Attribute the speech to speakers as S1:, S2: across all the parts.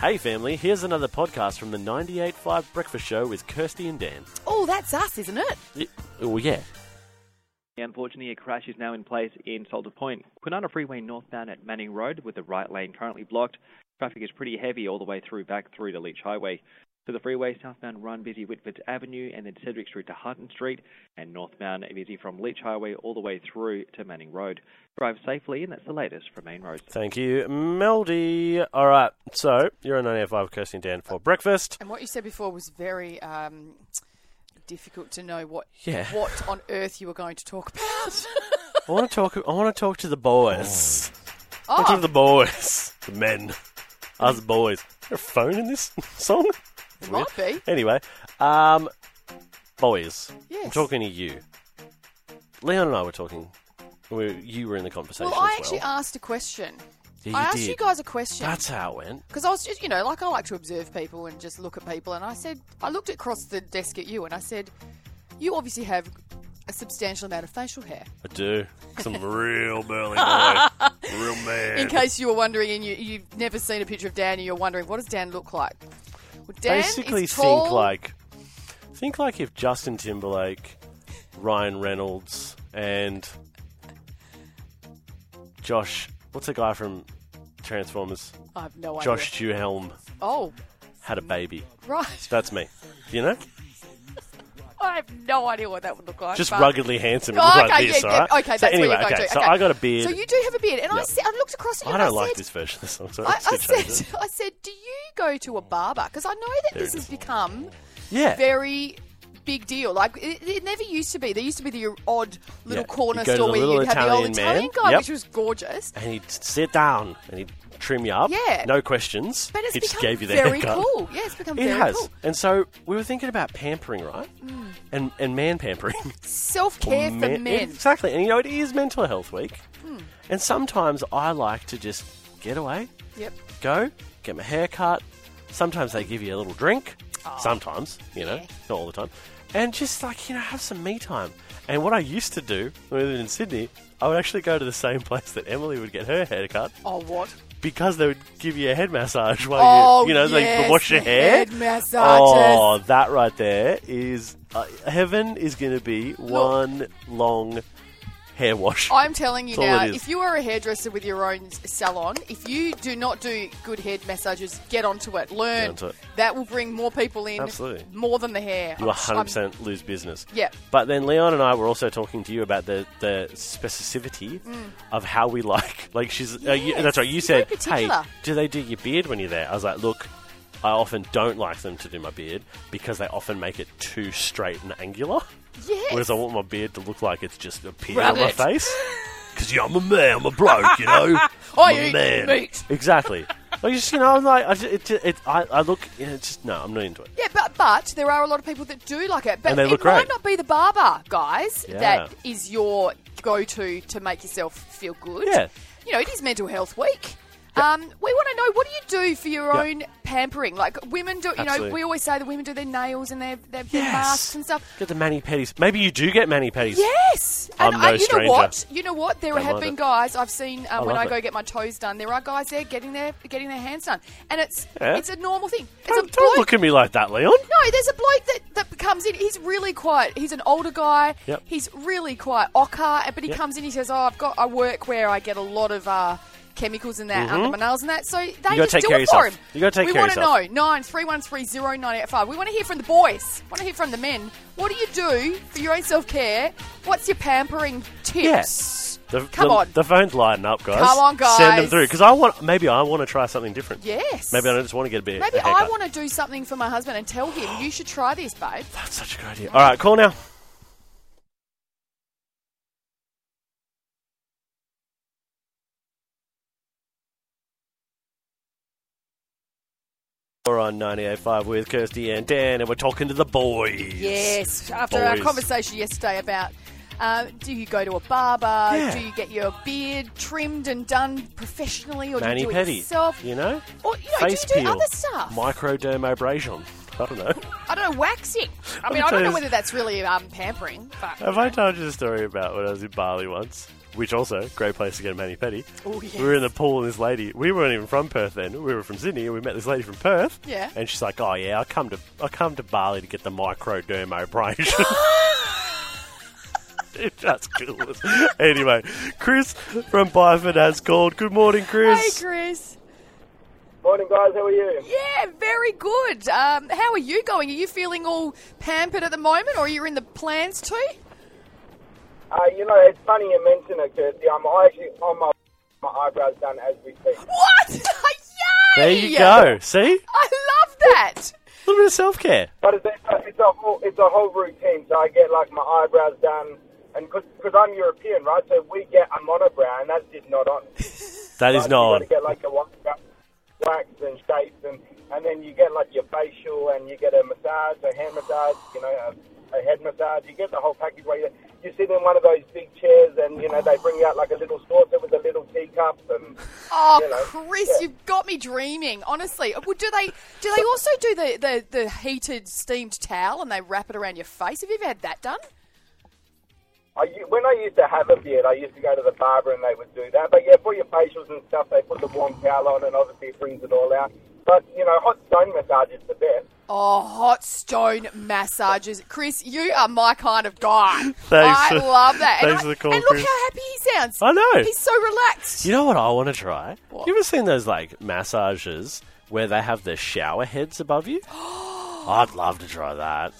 S1: Hey, family, here's another podcast from the 98.5 Breakfast Show with Kirsty and Dan.
S2: Oh, that's us, isn't it?
S1: Y- Oh, yeah.
S3: Unfortunately, a crash is now in place in Soldier Point. Kwinana Freeway northbound at Manning Road, with the right lane currently blocked. Traffic is pretty heavy all the way through back through to Leach Highway. To the freeway, southbound run busy Whitford Avenue and then Cedric Street to Hutton Street, and northbound busy from Leach Highway all the way through to Manning Road. Drive safely, and that's the latest from Main Roads.
S1: Thank you, Meldy. All right, so you're on 98.5 with Kirsty and Dan for breakfast.
S2: And what you said before was very um, difficult to know what
S1: Yeah.
S2: what on earth you were going to talk about.
S1: I want to talk. I want to talk to the boys.
S2: oh,
S1: Talk to the boys, the men, us boys. Is there a phone in this song?
S2: it might be.
S1: Anyway, um, boys, I'm
S2: Yes.
S1: talking to you. Leon and I were talking. We, you were in the conversation.
S2: Well, I
S1: as
S2: actually
S1: well.
S2: asked a question.
S1: Yeah,
S2: I asked
S1: did.
S2: you guys a question.
S1: That's how it went.
S2: Because I was just, you know, like I like to observe people and just look at people. And I said, I looked across the desk at you and I said, you obviously have a substantial amount of facial hair.
S1: I do. 'Cause I'm a real burly boy, real man.
S2: In case you were wondering and you, you've never seen a picture of Dan and you're wondering, what does Dan look like? Well, Dan
S1: basically
S2: is tall,
S1: think like think like if Justin Timberlake, Ryan Reynolds, and Josh, what's the guy from Transformers?
S2: I have no
S1: Josh Duhelm
S2: idea. Oh,
S1: had a baby.
S2: right.
S1: That's me. You know,
S2: Oh, I have no idea what that would look like.
S1: just
S2: but-
S1: ruggedly handsome. It
S2: Oh,
S1: looked
S2: okay,
S1: like this,
S2: yeah,
S1: all right?
S2: yeah, okay,
S1: So
S2: that's
S1: anyway,
S2: where you're
S1: okay,
S2: going to.
S1: so I got a beard.
S2: So you do have a beard, and I,
S1: Yep.
S2: said, I looked across at you.
S1: I
S2: and
S1: don't like
S2: said,
S1: this version of the song. So
S2: I,
S1: let's
S2: I
S1: change it.
S2: said, I said, do you go to a barber? Because I know that
S1: There
S2: this
S1: it
S2: has
S1: is.
S2: become
S1: yeah,
S2: very big deal. Like it, it never used to be. There used to be the odd little
S1: Yeah,
S2: corner
S1: you go to
S2: store
S1: the
S2: where
S1: little
S2: you'd have the old
S1: Italian
S2: Italian
S1: man.
S2: guy,
S1: Yep.
S2: which was gorgeous.
S1: and he'd sit down and he'd trim you up.
S2: Yeah.
S1: no questions.
S2: But it's
S1: he just
S2: become
S1: gave you the
S2: very
S1: haircut.
S2: cool. Yeah, it's become
S1: It
S2: very
S1: has.
S2: cool.
S1: And so we were thinking about pampering, right? And and man pampering.
S2: Self care for
S1: Man-
S2: men. Hmm.
S1: Exactly. And you know, it is Mental Health Week. And sometimes I like to just get away,
S2: Yep.
S1: go, get my hair cut. Sometimes they give you a little drink. Sometimes, you know,
S2: Oh. Yeah.
S1: not all the time. And just like, you know, have some me time. And what I used to do when I lived in Sydney, I would actually go to the same place that Emily would get her hair cut
S2: Oh what?
S1: because they would give you a head massage while
S2: Oh,
S1: you, you know,
S2: yes,
S1: they wash your
S2: the
S1: hair.
S2: head massages.
S1: Oh, that right there is uh, heaven is going to be one long hair wash.
S2: I'm telling you
S1: That's all
S2: now,
S1: it is.
S2: if you are a hairdresser with your own s- salon, if you do not do good head massages, get onto it. Learn.
S1: onto it.
S2: That will bring more people in.
S1: Absolutely.
S2: More than the hair.
S1: you
S2: I'm s- I'm-
S1: 100% lose business.
S2: Yeah.
S1: But then Leon and I were also talking to you about the, the specificity of how we like. Like she's. uh, you,
S2: Mm. Yes,
S1: that's right. You
S2: you're
S1: said,
S2: very
S1: "Hey,
S2: particular."
S1: do they do your beard when you're there?" I was like, "Look, I often don't like them to do my beard because they often make it too straight and angular."
S2: Yes.
S1: Whereas I want my beard to look like it's just a pear
S2: Rub
S1: on my
S2: it.
S1: face. Because yeah, I'm a man, I'm a bloke, you know.
S2: I
S1: I'm a
S2: Oh, eat
S1: man.
S2: meat.
S1: Exactly. I just, you know, I'm like, I, just, it, it, I, I look, it's just, no, I'm not into it.
S2: Yeah, but but there are a lot of people that do like it. But
S1: And they
S2: it
S1: look
S2: might
S1: great.
S2: not be the barber, guys.
S1: Yeah.
S2: That is your go-to to make yourself feel good.
S1: Yeah.
S2: You know, it is Mental Health Week. Um, we want to know what do you do for your
S1: Yeah.
S2: own pampering? Like women do, you know,
S1: Absolutely.
S2: we always say that women do their nails and their, their, their
S1: Yes.
S2: masks and stuff.
S1: Get the mani pedis. Maybe you do get mani pedis.
S2: Yes, and
S1: I'm
S2: I,
S1: no
S2: you know
S1: stranger.
S2: what? You know what? There
S1: Don't
S2: have
S1: mind
S2: been
S1: it.
S2: guys I've seen um, when I
S1: love
S2: go
S1: it.
S2: get my toes done. There are guys there getting their getting their hands done, and it's
S1: Yeah.
S2: it's a normal thing. It's
S1: Don't,
S2: a
S1: don't
S2: bloke
S1: look at me like that, Leon.
S2: no, there's a bloke that, that comes in. He's really quiet. He's an older guy.
S1: Yep.
S2: He's really quiet. Ocker, but he
S1: Yep.
S2: comes in. He says, "Oh, I've got. I work where I get a lot of uh, chemicals and that under my nails and that." So they
S1: Mm-hmm. gotta
S2: just
S1: take
S2: do
S1: care
S2: it
S1: of
S2: for
S1: yourself.
S2: him.
S1: You gotta take
S2: we
S1: care of
S2: want
S1: yourself.
S2: to know nine three one three zero nine eight five. We want to hear from the boys. Want to hear from the men. What do you do for your own self care? What's your pampering tips?
S1: Yes. The,
S2: Come
S1: the-
S2: on.
S1: The phone's lighting up, guys.
S2: Come on,
S1: Send them
S2: guys.
S1: through. Because I want, maybe I want to try something different.
S2: yes.
S1: Maybe I don't just want to get a bit.
S2: Maybe
S1: a
S2: I
S1: haircut.
S2: want to do something for my husband and tell him you should try this, babe.
S1: That's such a good idea. All right, call now. We're on 98.5 with Kirsty and Dan, and we're talking to the boys.
S2: Yes, after our
S1: Boys.
S2: conversation yesterday about uh, do you go to a barber?
S1: Yeah.
S2: Do you get your beard trimmed and done professionally, or
S1: Manny
S2: do you do it
S1: Petty.
S2: yourself?
S1: You know?
S2: Or you know,
S1: Face
S2: do you do
S1: peel.
S2: other stuff?
S1: Microdermabrasion. I don't know.
S2: I don't know, waxing. I
S1: Let
S2: mean,
S1: me
S2: I
S1: tell
S2: don't know
S1: you-
S2: whether that's really um, pampering, but
S1: Have I told you the story about when I was in Bali once? which also great place to get a mani pedi.
S2: Oh,
S1: We were in the
S2: yes.
S1: pool and this lady. We weren't even from Perth then. We were from Sydney, and we met this lady from Perth.
S2: Yeah.
S1: And she's like, "Oh yeah, I come to I come to Bali to get the microderm operation." That's cool. anyway, Chris from Byford has called. Good morning,
S2: Hey,
S1: Chris.
S2: Chris.
S4: Morning, guys. How are you?
S2: Yeah, very good. Um, how are you going? Are you feeling all pampered at the moment, or are you in the plans too?
S4: Uh, you know, it's funny you mention it, Kirsty. I'm actually on my, my eyebrows done as we speak.
S2: What? Yay!
S1: There you go. See,
S2: I love that.
S1: a little bit of self care.
S4: But it's, it's, a, it's a whole it's a whole routine. So I get like my eyebrows done, and because I'm European, right? So we get a monobrow, and that's just not on.
S1: That is not
S4: Like, You
S1: on.
S4: gotta get like a wax, wax and shapes, and and then you get like your facial, and you get a massage, a hand massage, you know, a, a head massage. You get the whole package where you you sit in one of those big chairs, and you know they bring you out like a little saucer with a little teacup, and
S2: Oh,
S4: You know,
S2: Chris,
S4: yeah.
S2: you've got me dreaming. Honestly, Uh, Well, do they do they also do the, the, the heated steamed towel and they wrap it around your face? Have you ever had that done?
S4: I, u- when I used to have a beard, I used to go to the barber and they would do that. But yeah, for your facials and stuff, they put the warm towel on and obviously it brings it all out. But, you know, hot stone massage is the best.
S2: Oh, hot stone massages, Chris. You are my kind of guy.
S1: Thanks.
S2: I love that.
S1: Thanks
S2: and,
S1: for
S2: I-
S1: the call,
S2: and look
S1: Chris.
S2: how happy he sounds.
S1: I know.
S2: He's so relaxed.
S1: You know what I want to try?
S2: What?
S1: You ever seen those like massages where they have the shower heads above you? I'd love to try that.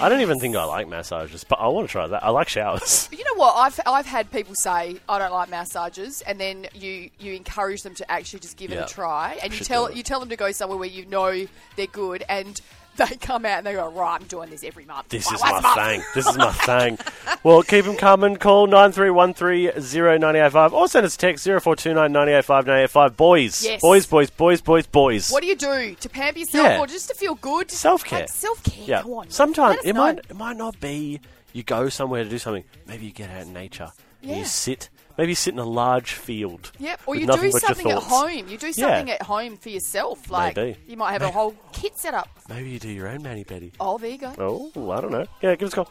S1: I don't even think I like massages, but I want to try that. I like showers.
S2: But you know what? I've, I've had people say I don't like massages, and then you, you encourage them to actually just give
S1: Yeah.
S2: it a try, and you
S1: Should
S2: tell
S1: do it.
S2: you tell them to go somewhere where you know they're good, and they come out and they go right. I'm doing this every month.
S1: This
S2: Like,
S1: is
S2: once
S1: my
S2: a month."
S1: thing. This is my thing. Well, keep them coming. Call 9313 or send us a text 0429 985 985. Boys.
S2: Yes.
S1: Boys, boys, boys, boys, boys.
S2: What do you do to pamper yourself
S1: Yeah.
S2: or just to feel good?
S1: Self-care.
S2: Like, self-care.
S1: Yeah.
S2: Come on.
S1: Sometimes
S2: Let us
S1: it
S2: know.
S1: might it might not be you go somewhere to do something. Maybe you get out in nature. And
S2: Yeah.
S1: you sit. Maybe you sit in a large field.
S2: Yep, or
S1: with
S2: you
S1: nothing
S2: do
S1: but your
S2: something at
S1: thoughts.
S2: home. You do something at home for yourself. Like
S1: Maybe.
S2: you might have a
S1: Maybe.
S2: whole kit set up.
S1: Maybe you do your own mani pedi.
S2: Oh, there you go.
S1: Oh, I don't know. Yeah, give us a call.